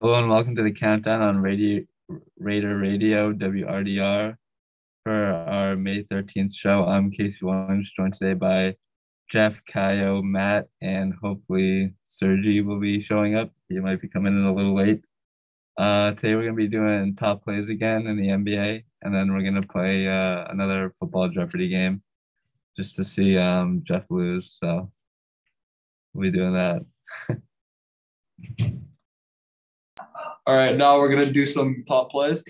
Hello and welcome to the countdown on Radio Radar Radio WRDR for our May 13th show. I'm Casey Williams, joined today by Jeff, Kayo, Matt, and hopefully Sergi will be showing up. He might be coming in a little late. Uh, today we're gonna be doing top plays again in the NBA, and then we're gonna play uh, another football Jeopardy game just to see um, Jeff lose. So we'll be doing that. All right, now we're gonna do some top plays.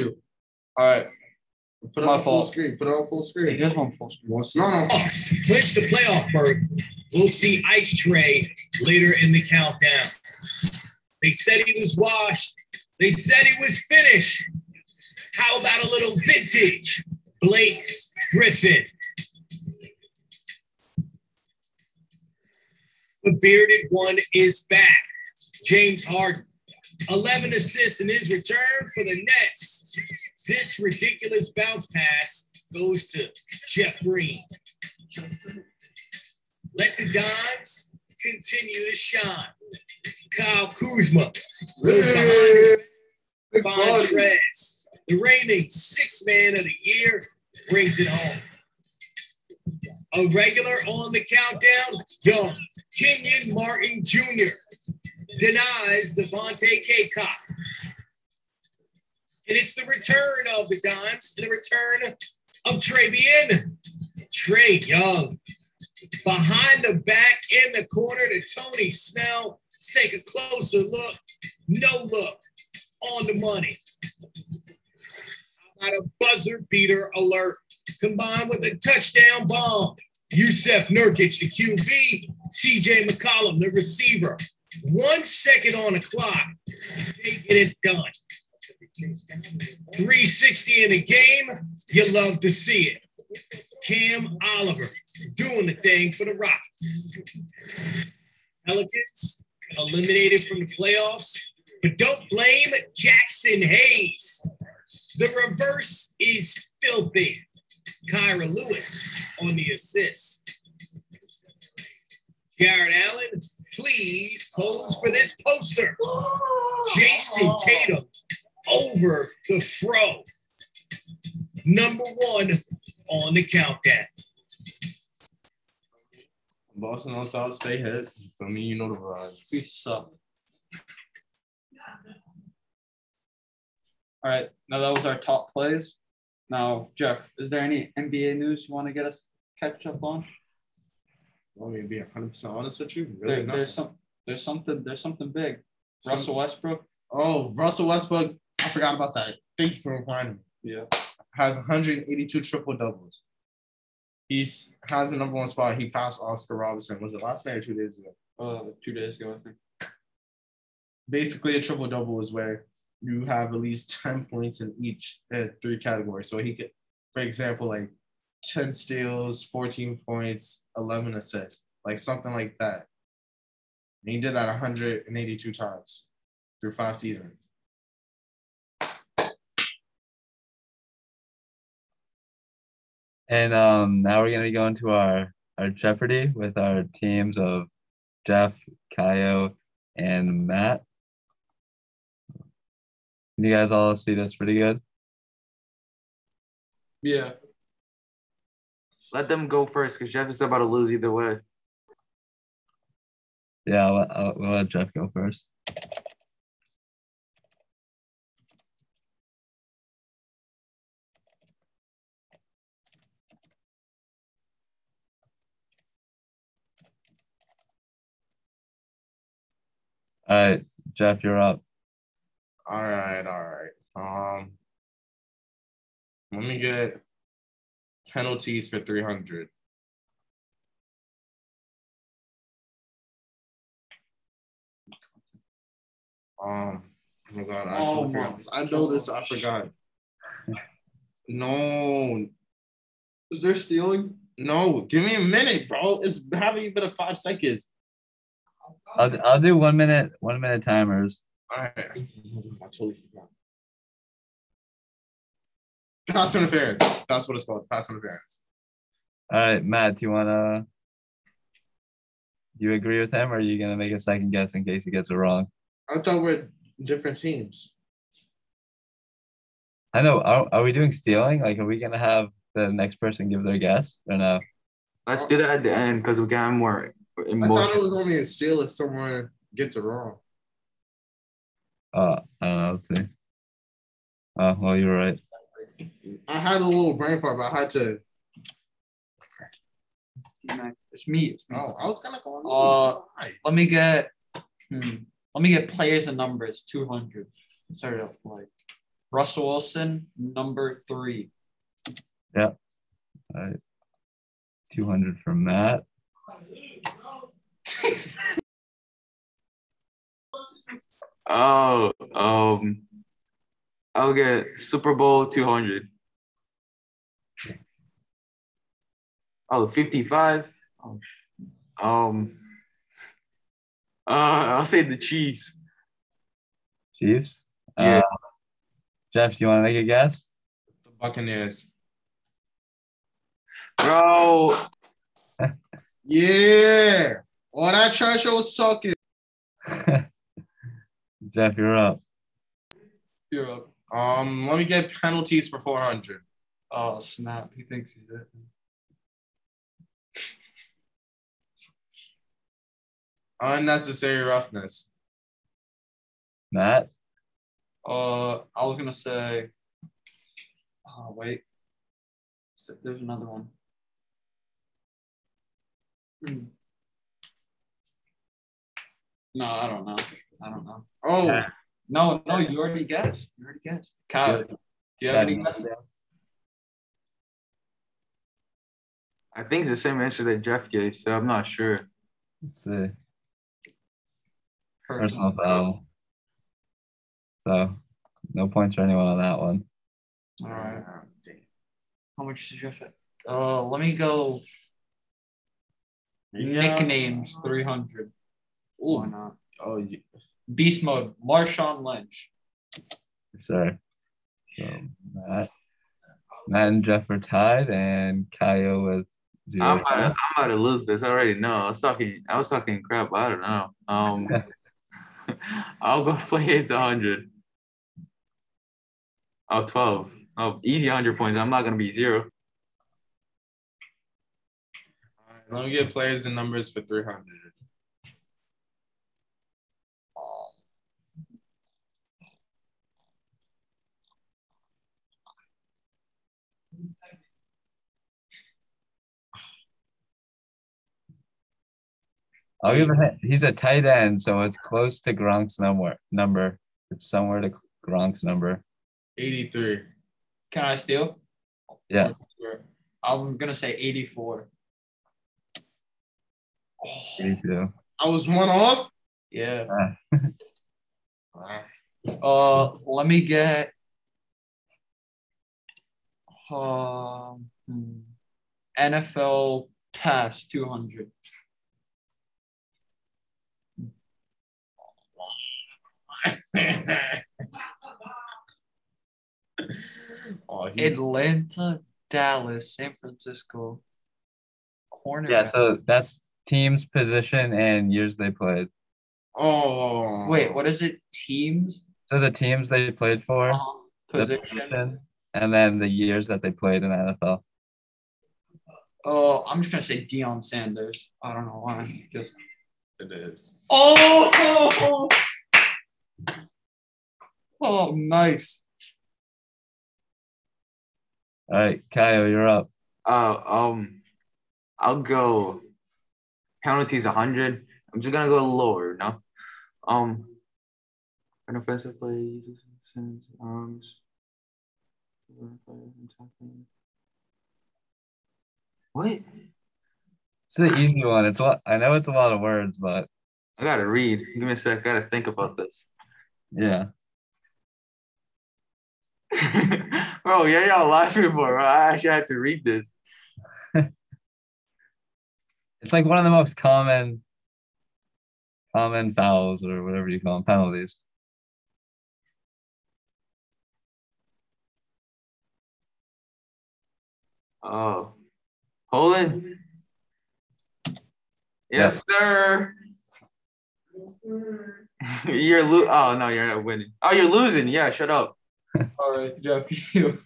All right, Put it My on full fault. screen. Put it on full it screen. is on full screen. Well, it's not on. Bucks clinch the playoff berth. We'll see Ice Tray later in the countdown. They said he was washed. They said he was finished. How about a little vintage? Blake Griffin. The bearded one is back. James Harden. 11 assists in his return for the Nets. This ridiculous bounce pass goes to Jeff Green. Let the dimes continue to shine. Kyle Kuzma, Hey, good body. Montrez, the reigning sixth man of the year, brings it home. A regular on the countdown, young Kenyon Martin Jr. denies Devontae Kaycock. And it's the return of the dimes, the return of Travian. Trey Young behind the back in the corner to Tony Snell. Let's take a closer look. No look on the money. How about a buzzer beater alert combined with a touchdown bomb? Yusef Nurkic, the QB, CJ McCollum, the receiver. One second on the clock, they get it done. 360 in a game, you love to see it. Cam Oliver, doing the thing for the Rockets. Pelicans eliminated from the playoffs, but don't blame Jackson Hayes. The reverse is filthy. Kyra Lewis on the assist. Jared Allen, please pose for this poster. Jason Tatum over the fro. Number one on the countdown. Boston on South Stay Head. I mean, you know the We vibes. suck. All right, now that was our top plays. Now, Jeff, is there any NBA news you want to get us catch up on? Want me to be 100 percent honest with you? There- Really not. there's some, there's something, there's something big. Some- Russell Westbrook. Oh, Russell Westbrook. I forgot about that. Thank you for reminding me. Yeah. Has 182 triple doubles. He's has the number one spot. He passed Oscar Robinson. Was it last night or two days ago? Uh, two days ago, I think. Basically, a triple double is where you have at least 10 points in each uh, three categories. So he could, for example, like 10 steals, 14 points, 11 assists, like something like that. And he did that 182 times through five seasons. And um, now we're gonna be going to our our Jeopardy with our teams of Jeff, Kayo, and Matt. Can you guys all see this pretty good? Yeah. Let them go first because Jeff is about to lose either way. Yeah, I'll, I'll, we'll let Jeff go first. All right, Jeff, you're up. All right, all right. Um, let me get penalties for 300. Um, oh my God, I Oh totally my forgot this. I know this, I gosh. forgot. No, Is there stealing? No, give me a minute, bro. It's haven't even been five seconds. I'll, I'll do one minute, one minute timers. All right. I totally forgot. Pass interference. That's what it's called. Pass interference. All right, Matt, do you wanna? Do you agree with him, or are you gonna make a second guess in case he gets it wrong? I thought we're different teams. I know. Are, are we doing stealing? Like, are we gonna have the next person give their guess or no? Let's do that at the end because we got more I thought it emotion. was only a steal if someone gets it wrong. Uh, I don't know. Let's see. Oh, well, you're right. I had a little brain fart, but I had to. It's me. It's me. Oh, I was gonna go. Uh, Right. Let me get. Hmm, let me get players and numbers. Two hundred. Started off like Russell Wilson, number three. All right. 200 from Matt. Oh, um, I'll get Super Bowl 200. Oh, 55. Oh, sh- um, uh, I'll say the Chiefs. Chiefs? Yeah. Uh, Jeff, do you want to make a guess? The Buccaneers. Bro, Yeah. All that trash I was talking. Jeff, you're up. You're up. Um, let me get penalties for four hundred. Oh snap! He thinks he's it. Unnecessary roughness. Matt? Uh, I was gonna say. Oh wait. So there's another one. Hmm. No, I don't know. I don't know. Oh, Yeah. No, no, you already guessed. You already guessed. Kyle, do you have any guesses? I think it's the same answer that Jeff gave, so I'm not sure. Let's see. Personal foul. So, no points for anyone on that one. All right. How much did you fit? Uh, let me go. Nicknames three hundred. Why Ooh. not? Oh, yeah. Beast mode. Marshawn Lynch. Sir. So, um, Matt. Matt and Jeff are tied, and Kyle with I'm zero. about, to, I'm about to lose this. I already know. I was talking. I was talking crap. I don't know. Um, I'll go play his 100. Oh, 12. Oh, easy 100 points. I'm not gonna be zero. All right, let me get players and numbers for three hundred. I'll give a hint. He's a tight end, so it's close to Gronk's number. Number. It's somewhere to Gronk's number. Eighty-three. Can I steal? Oh, Yeah. I'm gonna say eighty-four. Oh, Me too. I was one off. yeah. Wow. Uh, let me get. Um, hmm, NFL pass two hundred. oh, Mm-hmm. he, Atlanta, Dallas, San Francisco. Corner. Yeah, so that's team's position and years they played. oh. Wait, what is it? Teams. So the teams they played for, Uh, the position. and then the years that they played in the NFL. Oh, I'm just gonna say Deion Sanders. I don't know why. Just It is. oh, oh, oh. Oh, nice. All right, Kyle, you're up. Uh, um, I'll go penalties 100. I'm just gonna go lower. No, um, an offensive play uses his arms. What? It's the easy one. It's a lot, I know it's a lot of words, but I gotta read. Give me a sec. I gotta think about this. yeah. bro, yeah, y'all laughing for? Bro. I actually had to read this. It's like one of the most common common fouls or whatever you call them, penalties. Oh, Poland. Yes, sir. you're lo- Oh no, you're not winning. Oh, you're losing. Yeah, shut up. All right, Jeff, you.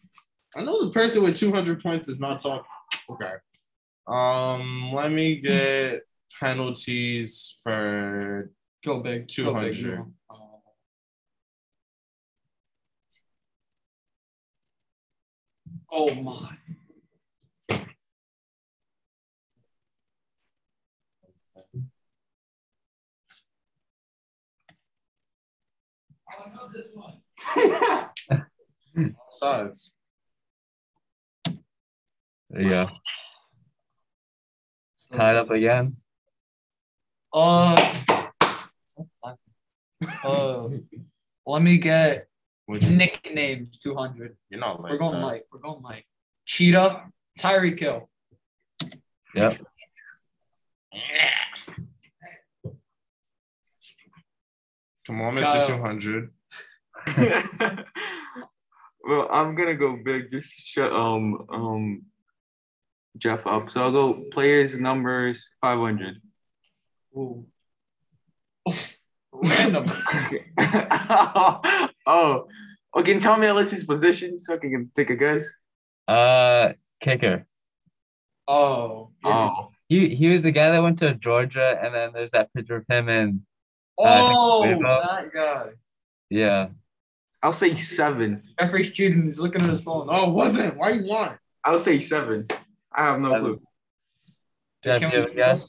I know the person with 200 points is not talking. Okay. Um, let me get penalties for Go big. Go big. 200. Elon. Uh, Oh my. I know this one. sides. There you go. Tied up again. Uh, uh, let me get Would you- nicknames 200. You're not like We're going that. Mike. We're going Mike. Cheetah, Tyreek Hill. Come on, Mr. Kyle. 200. well, I'm gonna go big. Just shut um um Jeff up. So I'll go players numbers five hundred. Ooh. Random. oh, oh, can you tell me at least his position so I can take a guess? Uh, kicker. Oh. Oh, He he was the guy that went to Georgia, and then there's that picture of him and Oh, Uh, that guy. yeah. I'll say seven. Jeffrey Student is looking at his phone. No, it wasn't. Why you lying? I'll say seven. I have no Seven. clue. Jeff, Can do you we- have a guess?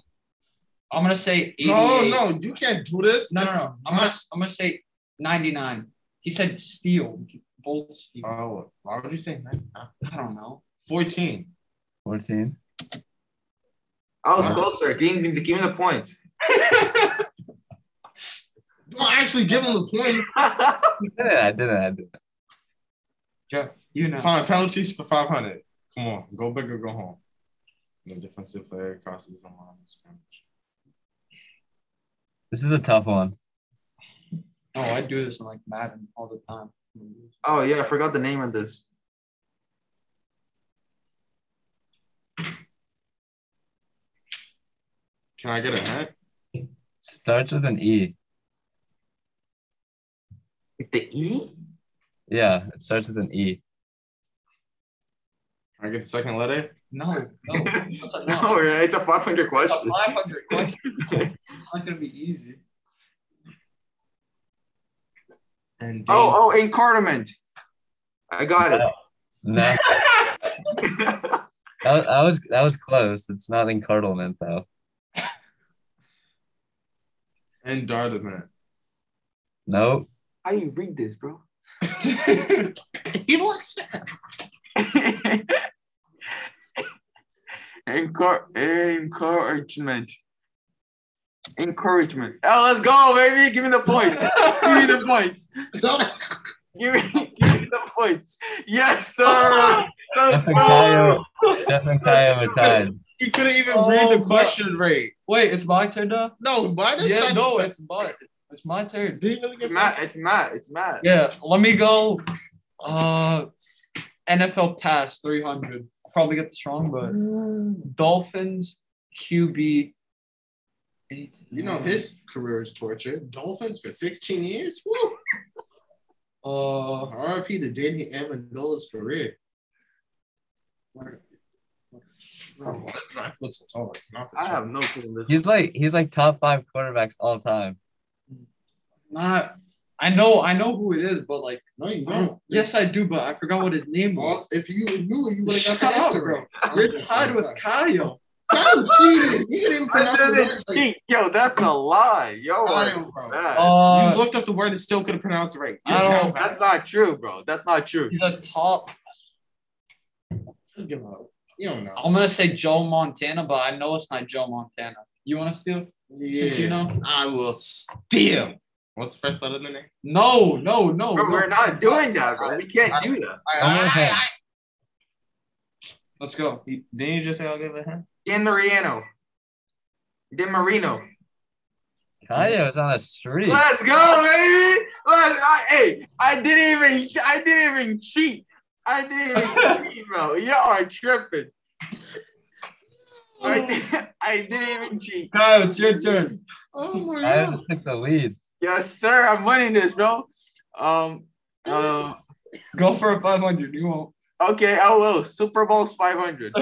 I'm gonna say 88. No, no, you can't do this. No, no, That's no. I'm gonna, I'm gonna say 99. He said steel, bold steel. Oh, why would you say that? I don't know. 14. Fourteen. I was Wow. closer. Give me, give me the points. Don't actually give him the point. Oh, Didn't I? Didn't I? Didn't. Jeff, you know. Fine, penalties for 500. Come on, go big or go home. No defensive player crosses the line. is finished. This is a tough one. Oh, I do this in like Madden all the time. oh yeah, I forgot the name of this. Can I get a hat? Starts with an E. Like the E? Yeah, it starts with an E. Can I get the second letter? No, no, that's a No, no. it's a 500 That's a question. 500 question. It's not gonna be easy. And Oh, oh, incarnament. I got it. No, I, I was that was close. It's not incarnament though. and Dardaman. Nope. How you read this, bro? he looks. Encour- encouragement. Encouragement. Oh, let's go, baby. Give me the point. give me the points. Give me, give me the points. Yes, sir. Let's Jeff and go. Kyle. Jeff and Kyle are tied. You couldn't even Oh, read the but- question right. Wait, it's my turn now? No, why does Yeah, that? no, Did it's my it's my turn. he really It's get Matt. It's Matt. It's Matt. Yeah, let me go. Uh, NFL pass 300. Probably get this wrong, but Mm, Dolphins QB. Eight, You know his career is torture. Dolphins for 16 years. Woo! Uh, RIP to Danny Amendola's career. That's not looks at all. Not this I have no clue. on this. He's like he's like top five quarterbacks all time. not. I know, I know who it is, but like, No, you I don't- don't. yes, I do, but I forgot what his name was. Well, if you knew, you would have Shut got the up, answer, bro. bro. You're tied with Kyle. Kyle cheated. You didn't even pronounce I the didn't word right. cheat. Yo, that's a lie. Yo, Kyle, bro. Matt. you Uh, looked up the word and still could have pronounced it right. I You're don't- down, Kyle. that's not true, bro. That's not true. he's a top. Just give up. You don't know. I'm gonna say Joe Montana, but I know it's not Joe Montana. You want to steal? Yeah. You know? I will steal. What's the first letter of the name? No, no, no. Bro, no. we're not doing that, bro. We can't do that. I- I- I- Let's go. Didn't you just say I'll give it a hand? Ganoriano. DeMarino. Kaya was on a streak. Let's go, baby. Let's, I, hey, I didn't even I didn't even cheat. I didn't even cheat, bro. You are tripping. I, did, I didn't even cheat. Kyle, it's your turn. Oh my Kaya god. took the lead. Yes, sir. I'm winning this, bro. Um. Uh, Go for a 500. You won't. okay, I will. Super Bowl's 500.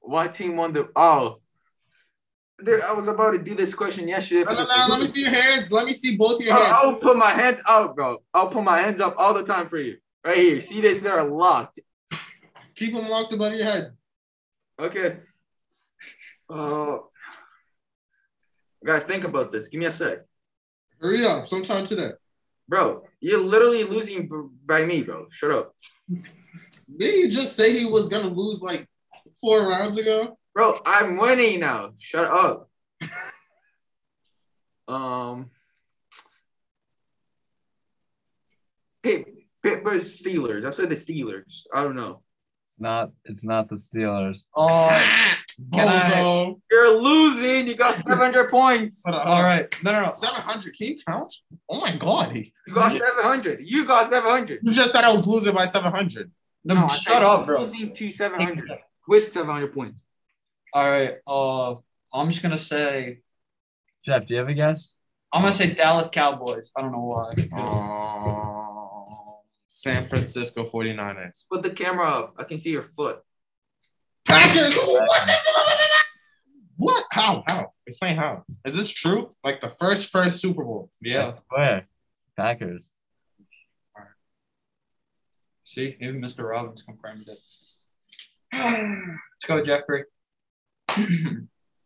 What team won the? Oh, dude, I was about to do this question yesterday. No, for no, the- no, let me see your hands. Let me see both your Uh-huh. Bro, hands. I'll put my hands up, bro. I'll put my hands up all the time for you. Right here. See this? They're locked. Keep them locked above your head. Okay. Oh. I gotta think about this. Give me a sec. Hurry up sometime today. Bro, you're literally losing b- by me, bro. Shut up. Did he just say he was gonna lose like four rounds ago? Bro, I'm winning now. Shut up. um Pit Pittsburgh Steelers. I said the Steelers. I don't know. It's not. It's not the Steelers. Uh, Can I- Oh, Bozo. You're losing. You got 700 points. hold on, all right. No, no, no. 700. Can you count? Oh my god. He, You got 700. You got 700. you just said I was losing by 700. no, I shut said up, bro. Losing to 700 with 700 points. All right. Uh, I'm just gonna say. Jeff, do you have a guess? I'm gonna say Dallas Cowboys. I don't know why. Oh, San Francisco 49ers. Put the camera up. I can see your foot. Packers. Oh, what? What? How? How? Explain how. Is this true? Like the first first Super Bowl. Yeah. I swear. Packers. See, even Mr. Robbins confirmed it. Let's go, Jeffrey.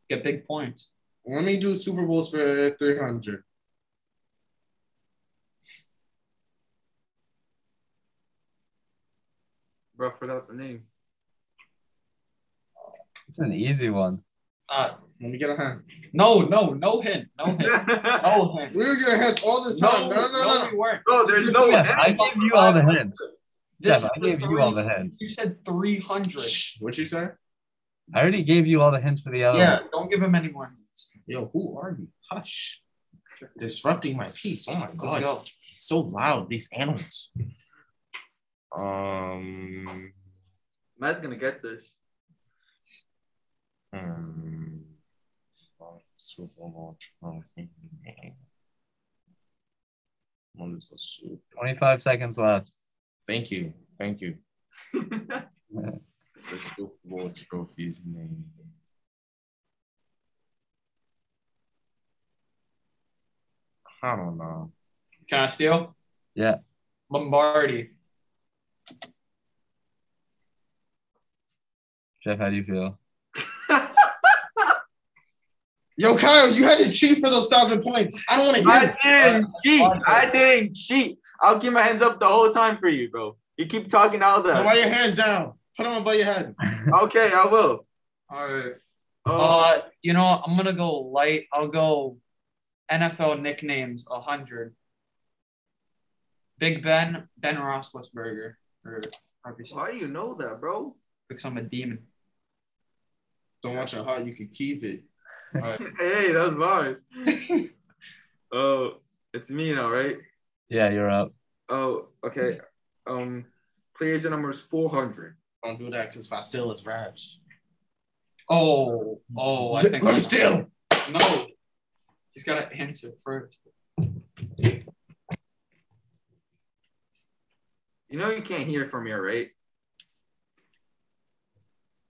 Get big points. Let me do Super Bowls for 300. Bro, I forgot the name. It's an easy one. Uh, Let me get a hand. no, no, no hint, no hint, oh, no hint. We were getting hands all this time. No, no, no. we weren't. there's no Jeff, I end. gave you all the hints. This Jeff, I is Oh, the gave you all three- the hints. You said 300. Shh, What you say? I already gave you all the hints for the other Yeah, one. don't give him any more hints. Yo, who are you? Hush. Disrupting my peace. Oh my Let's god. go. So loud, these animals. Um, Matt's gonna get this. hmm. Super Bowl. Twenty-five seconds left. Thank you. Thank you. All The Super Bowl trophy's name. I don't know. Can I steal? Yeah. Lombardi. Jeff, how do you feel? Yo, Kyle, you had to cheat for those thousand points. I don't want to hear. I it. didn't cheat. I didn't cheat. I'll keep my hands up the whole time for you, bro. You keep talking all Why that. your hands down? Put them above your head. Okay, I will. All right. Oh, Uh, you know, what? I'm gonna go light. I'll go NFL nicknames hundred. Big Ben, Ben Roethlisberger, or obviously, why do you know that, bro? because I'm a demon. Don't want your heart. You can keep it. Hey, that's Mars. oh, it's me now, right? Yeah, you're up. Oh, okay. Um, player agent number is 400. Don't do that because Vasilis raps. Oh, oh, I Let- think. Let I me know. steal. No, he's gotta answer first. You know you can't hear from here, right?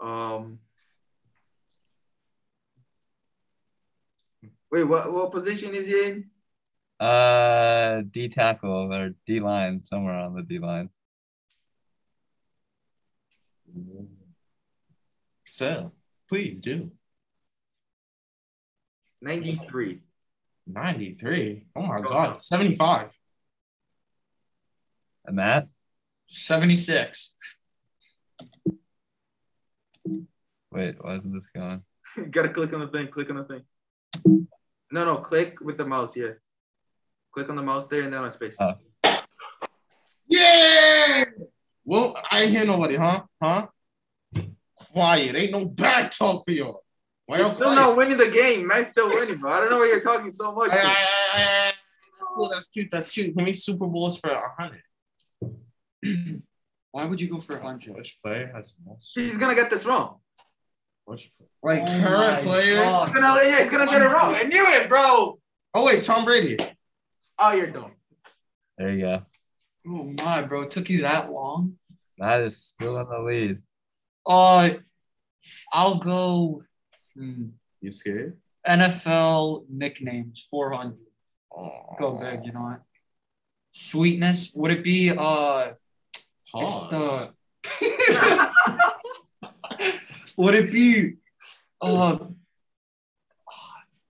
Um. Wait, what what position is he in? Uh, D tackle or D line somewhere on the D line. So, please do. 93. 93. Oh my God. 75. And Uh, Matt, Seventy six. wait, why isn't this going? Gotta click on the thing. Click on the thing. No, no, click with the mouse. Yeah, click on the mouse there, and then on space. Oh. Yeah. Well, I ain't hear nobody, huh? Huh? quiet. Ain't no back talk for y'all. Why You're y'all still quiet? not winning the game. Matt's still winning, bro. I don't know why you're talking so much. Aye, aye, aye, aye, aye. That's cool. That's cute. That's cute. How many Super Bowls for a hundred? Why would you go for 100? Which player has most? He's gonna get this wrong. Which like Oh my current player? God. He's gonna, yeah, he's gonna get it wrong. I knew it, bro. Oh wait, Tom Brady. Oh, you're dumb. There you go. Oh my, bro. It took you that long? Matt is still in the lead. Uh, I'll go hmm, You scared? NFL nicknames 400. Oh, Go big, you know what? Sweetness. Would it be uh it's Pause. the Would it be uh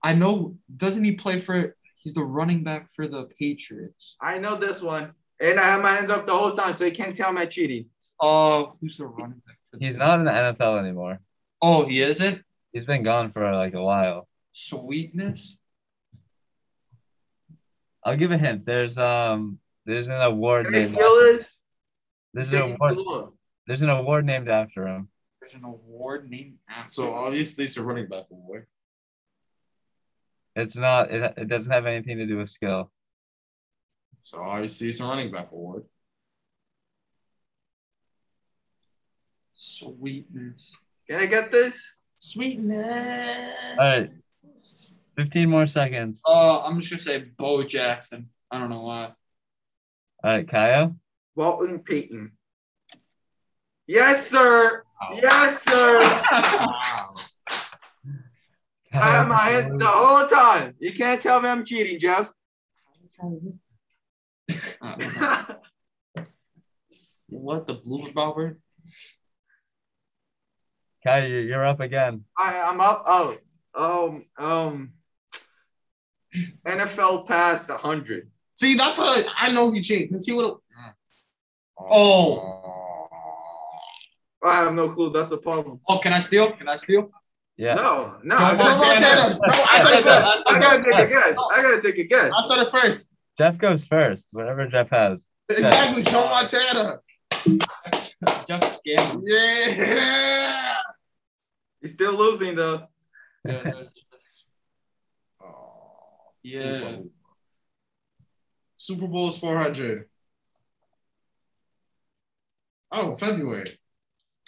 I know doesn't he play for he's the running back for the Patriots. I know this one, and I had my hands up the whole time, so you can't tell my cheating. Uh who's the running back for the He's not in the NFL anymore. Oh, he isn't? He's been gone for like a while. Sweetness? I'll give a hint. There's um there's an award Kenny named Steelers. there's an Kenny award Steelers. there's an award named after him. There's an award named after So obviously it's a running back award. It's not it, it doesn't have anything to do with skill. So obviously it's a running back award. sweetness. Can I get this? Sweetness. All right, 15 more seconds. Uh I'm just gonna say Bo Jackson. I don't know why. All right, Kyle. Walton Payton. Yes, sir. Yes, sir. Wow. I had my hands the whole time. You can't tell me I'm cheating, Jeff. Uh, What the blue bobber? Kyle, you're, you're up again. I, I'm up. Oh, um, um, NFL passed 100. See, that's how I know he changed because he would have. Oh. I have no clue. That's the problem. oh, can I steal? Can I steal? Yeah. No, no. Joe I No, no, gotta, no, Tatum. No, I said it first. I gotta take a guess. I gotta take a guess. I said it first. Jeff goes first. Whatever Jeff has. Exactly, Joe Montana. Jeff Scanlon. Yeah. He's still losing though. Yeah. Oh, yeah. Super Bowl is 400. Oh, February.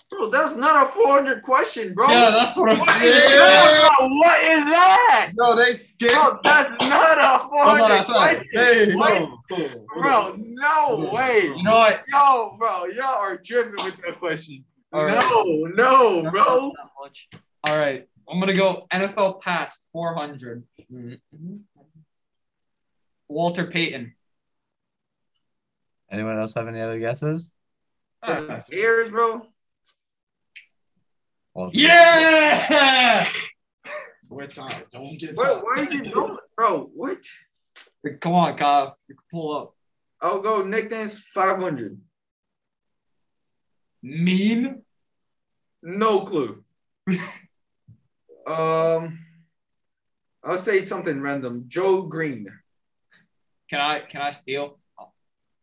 Bro, that's not a 400 question, bro. Yeah, that's what I'm what, is saying. that? Bro, what is that? No, they skipped. Bro, that's not a Come on 400 outside. question. Hey, What? no, cool. Bro, no way. You know what? Yo, bro, y'all are dripping with that question. All right. No, no, bro. Not much. All right. I'm gonna go NFL past 400. Mm-hmm. Walter Payton. Anyone else have any other guesses? Ah, Ears, bro. Well, Yeah. We're tired. Don't get What, tired. what are you doing, bro? What? Come on, Kyle. You can pull up. I'll go nicknames 500. Mean. No clue. um, I'll say something random. Joe Green. Can I? Can I steal?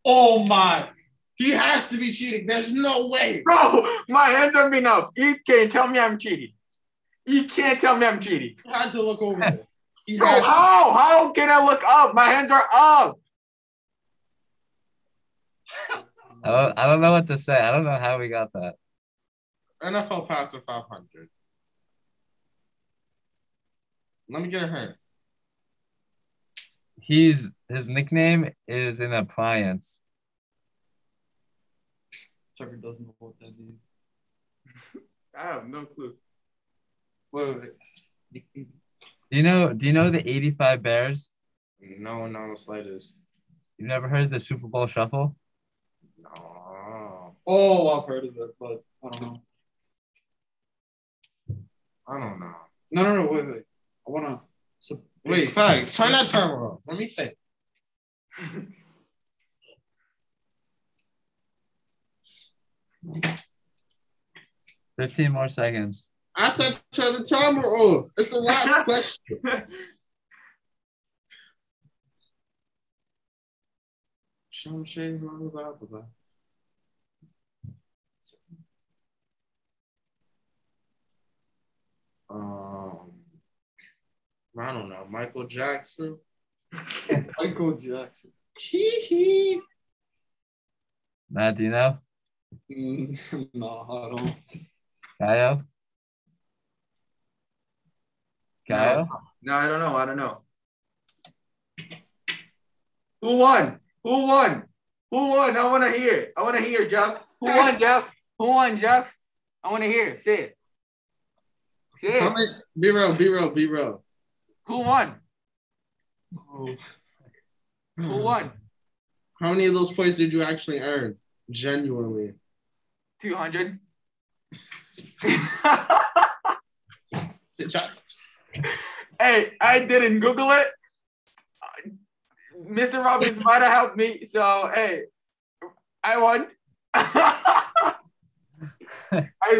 Oh my. He has to be cheating. There's no way. Bro, my hands have been up. You can't tell me I'm cheating. You can't tell me I'm cheating. He had to look over there. He Bro, had to. how? How can I look up? My hands are up. I don't, I don't know what to say. I don't know how we got that. NFL pass for 500. Let me get a hint. He's his nickname is an appliance. Trevor doesn't know what that means. I have no clue. Wait, wait, wait. Do you know? Do you know the '85 Bears? No, not the slightest. You've never heard the Super Bowl Shuffle? No. Oh, I've heard of it, but I don't know. I don't know. No, no, no. Wait, wait. I wanna. so- Wait, facts. Turn that timer off. Let me think. Fifteen more seconds. I said turn the timer off. It's the last question. Shum shay blah, blah, blah, blah, blah. Um, I don't know, Michael Jackson. Michael Jackson. Hee hee. Matt, do you know? Mm, no, I don't. Kyle? Kyle? No, I don't know. I don't know. Who won? Who won? Who won? I want to hear. it. I want to hear, Jeff. Who won, Jeff? Who won, Jeff? I want to hear. Say it. Say How it. many? Be real, be real, be real. Who won? Oh, Who won? How many of those points did you actually earn? Genuinely. 200. Did I- hey, I didn't Google it. Mr. Robbins might have helped me. So, hey, I won. I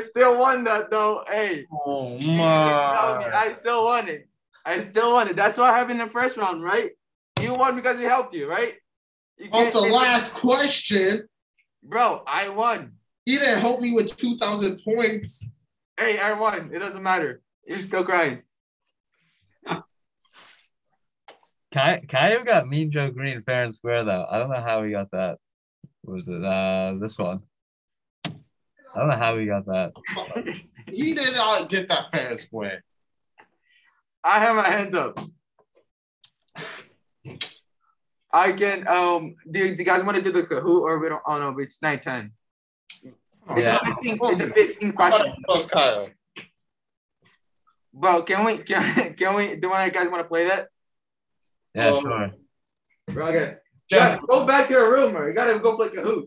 still won that, though. Hey. Oh You tell me, my. I still won it. I still won it. That's what happened in the first round, right? You won because he helped you, right? You Off can't the say- last question, Bro, I won. he didn't help me with 2,000 points. Hey, I won. It doesn't matter. You're still crying. Ky- Kyle got Mean Joe Green fair and square though. I don't know how he got that. What was it uh this one? I don't know how he got that. He did not get that fair and square. I have my hands up. I can um do, do you guys want to do the Kahoot or we don't oh no, it's 9-10. It's Yeah. a 15 it's a 15 question. Close, Kyle. Bro, can we can, can we do one of you guys want to play that? Yeah, Oh. sure. Bro, okay. Yeah, go back to your room, or you gotta go play Kahoot.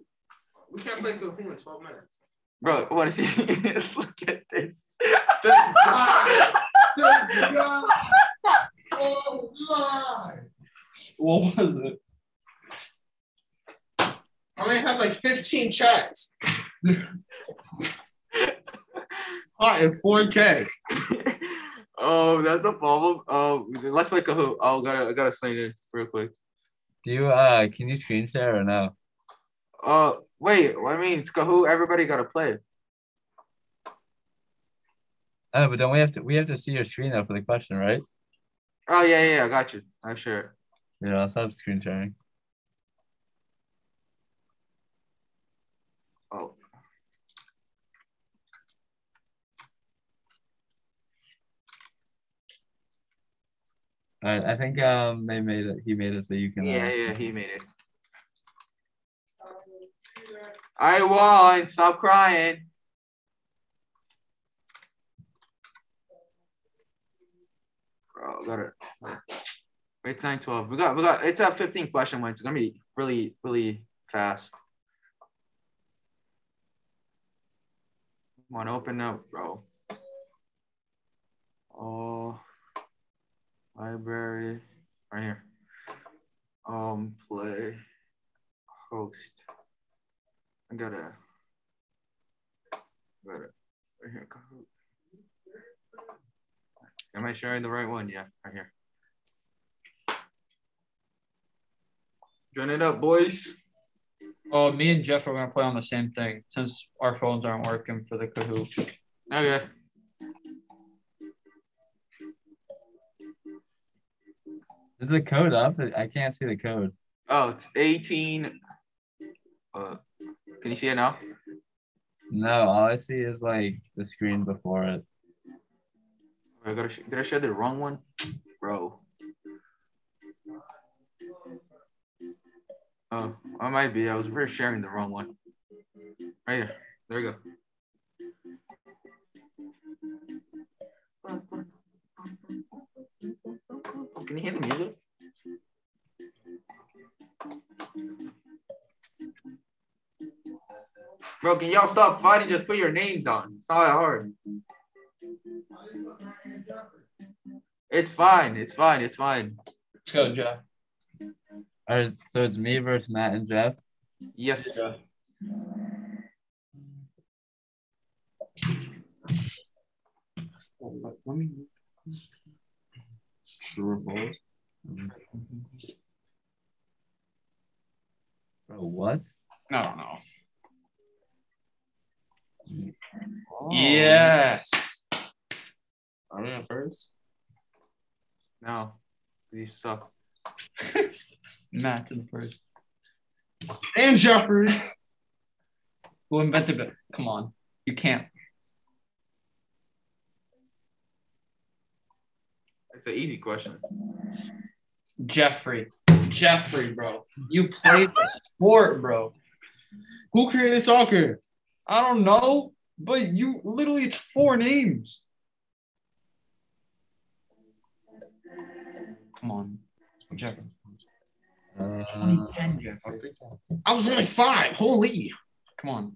We can't play Kahoot in 12 minutes. Bro, I wanna see look at this. This guy. This guy. Oh my. what was it? My man has like 15 chats. Caught in 4K. oh, that's a problem. Oh, let's play Kahoot. Oh, gotta I gotta sign in real quick. Do you uh can you screen share or no? Uh wait, I mean it's Kahoot, everybody gotta play. Oh, but don't we have to we have to see your screen though for the question, right? Oh yeah, yeah, yeah, I got you. I'm sure. Yeah, I'll stop screen sharing. Oh. All right, I think um they made it. He made it so you can. uh, Yeah, yeah, he made it. I won. Stop crying. Bro, got it. It's 9 12. We got we got it's a 15 question one. It's gonna be really, really fast. Come on, open up, bro. Oh library. Right here. Um, play host. I gotta. Gotta. Right here. Kahoot. Am I sharing the right one? Yeah, right here. Join it up, boys. Oh, me and Jeff are gonna play on the same thing since our phones aren't working for the Kahoot. Okay. Is the code up? I can't see the code. Oh, it's 18. Uh, can you see it now? No, all I see is like the screen before it. I gotta sh- did I share the wrong one, bro? Oh, I might be. I was re sharing the wrong one. Right here. There you go. Oh, Can you hear the music? Bro, can y'all stop fighting? Just put your name down. It's not that hard. It's fine. It's fine. It's fine. Let's go, Jeff. All right, so it's me versus Matt and Jeff. Yes. True false? Bro, what? I don't know. Oh. Yes. I'm in first. No, 'cause he sucked. Matt in first. And Jeffrey. Who invented it? Come on. You can't. It's an easy question. Jeffrey. Jeffrey, bro. You played the sport, bro. Who created soccer? I don't know, but you literally, it's four names. Come on. Jeffrey. Uh, I was only five. Holy. Come on.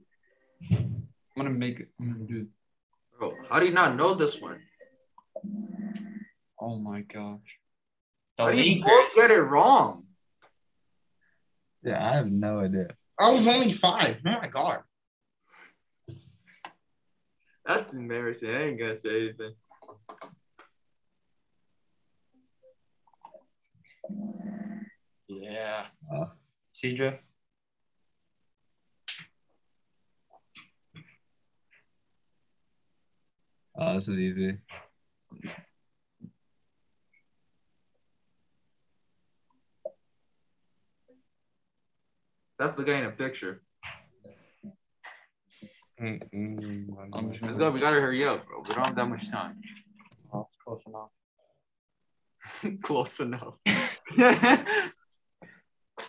I'm gonna make it. I'm gonna do. Bro, how do you not know this one? Oh my gosh. The How do you league. both get it wrong? yeah, I have no idea. I was only five. Oh my god. That's embarrassing. I ain't gonna say anything. Yeah. Uh, See, Jeff? oh, this is easy. That's the guy in the picture. I'm just Let's gonna go. We gotta hurry up, bro. We don't have that much time. Oh, close enough. Close enough.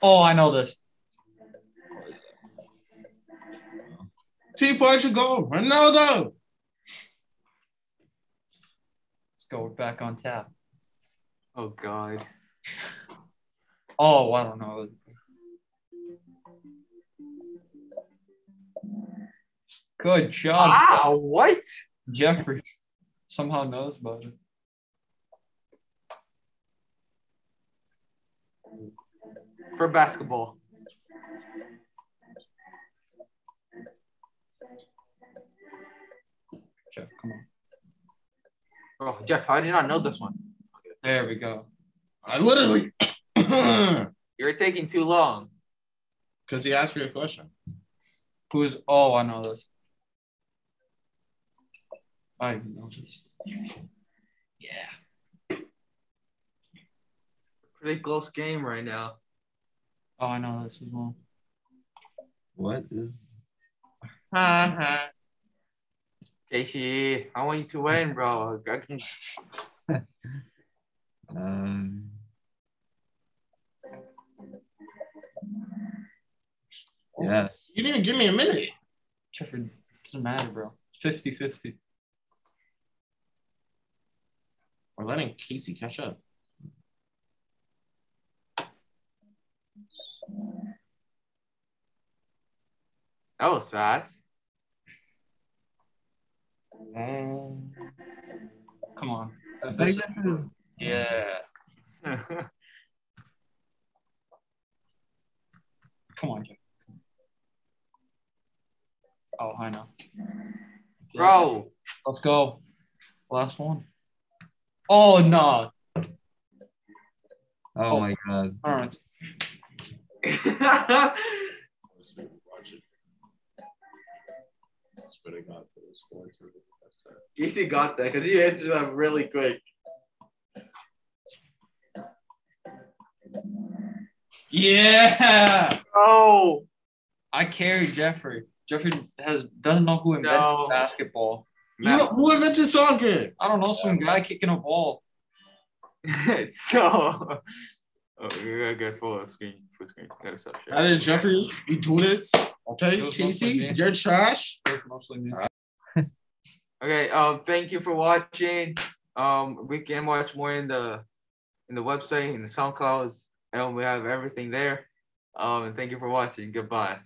Oh, I know this. T Portugal. Ronaldo. Let's go back on tap. oh God. Oh, I don't know. Good job, Wow. Ah, What? Jeffrey. Somehow knows about it. For basketball. Jeff, come on. Bro, Jeff, how do you not know this one? There we go. I literally. You're taking too long. Because he asked me a question. Who's? Oh, I know this. I know this. Yeah. Pretty close game right now. Oh, I know this as well. What is Casey, I want you to win, bro. I can um Yes. You didn't give me a minute. Jeffrey, doesn't matter, bro. 50 50. We're letting Casey catch up. That was fast. Come on. I think this is Yeah. Come Come on, Jeff. Oh, I know. Bro, Let's go. Last one. Oh, no. oh my god. All right. I Casey got that because he answered that really quick. Yeah. Oh, I carry Jeffrey. Jeffrey has doesn't know who invented No. basketball. You know, who invented soccer? I don't know some guy kicking a ball. so, oh, you gotta get full screen, full screen. Gotta stop sharing. I did Jeffrey. We do this. It Okay, was mostly Casey, me. you're trash. That's mostly me. Okay. Um. Thank you for watching. Um. We can watch more in the, in the website in the SoundClouds, and we have everything there. Um. And thank you for watching. Goodbye.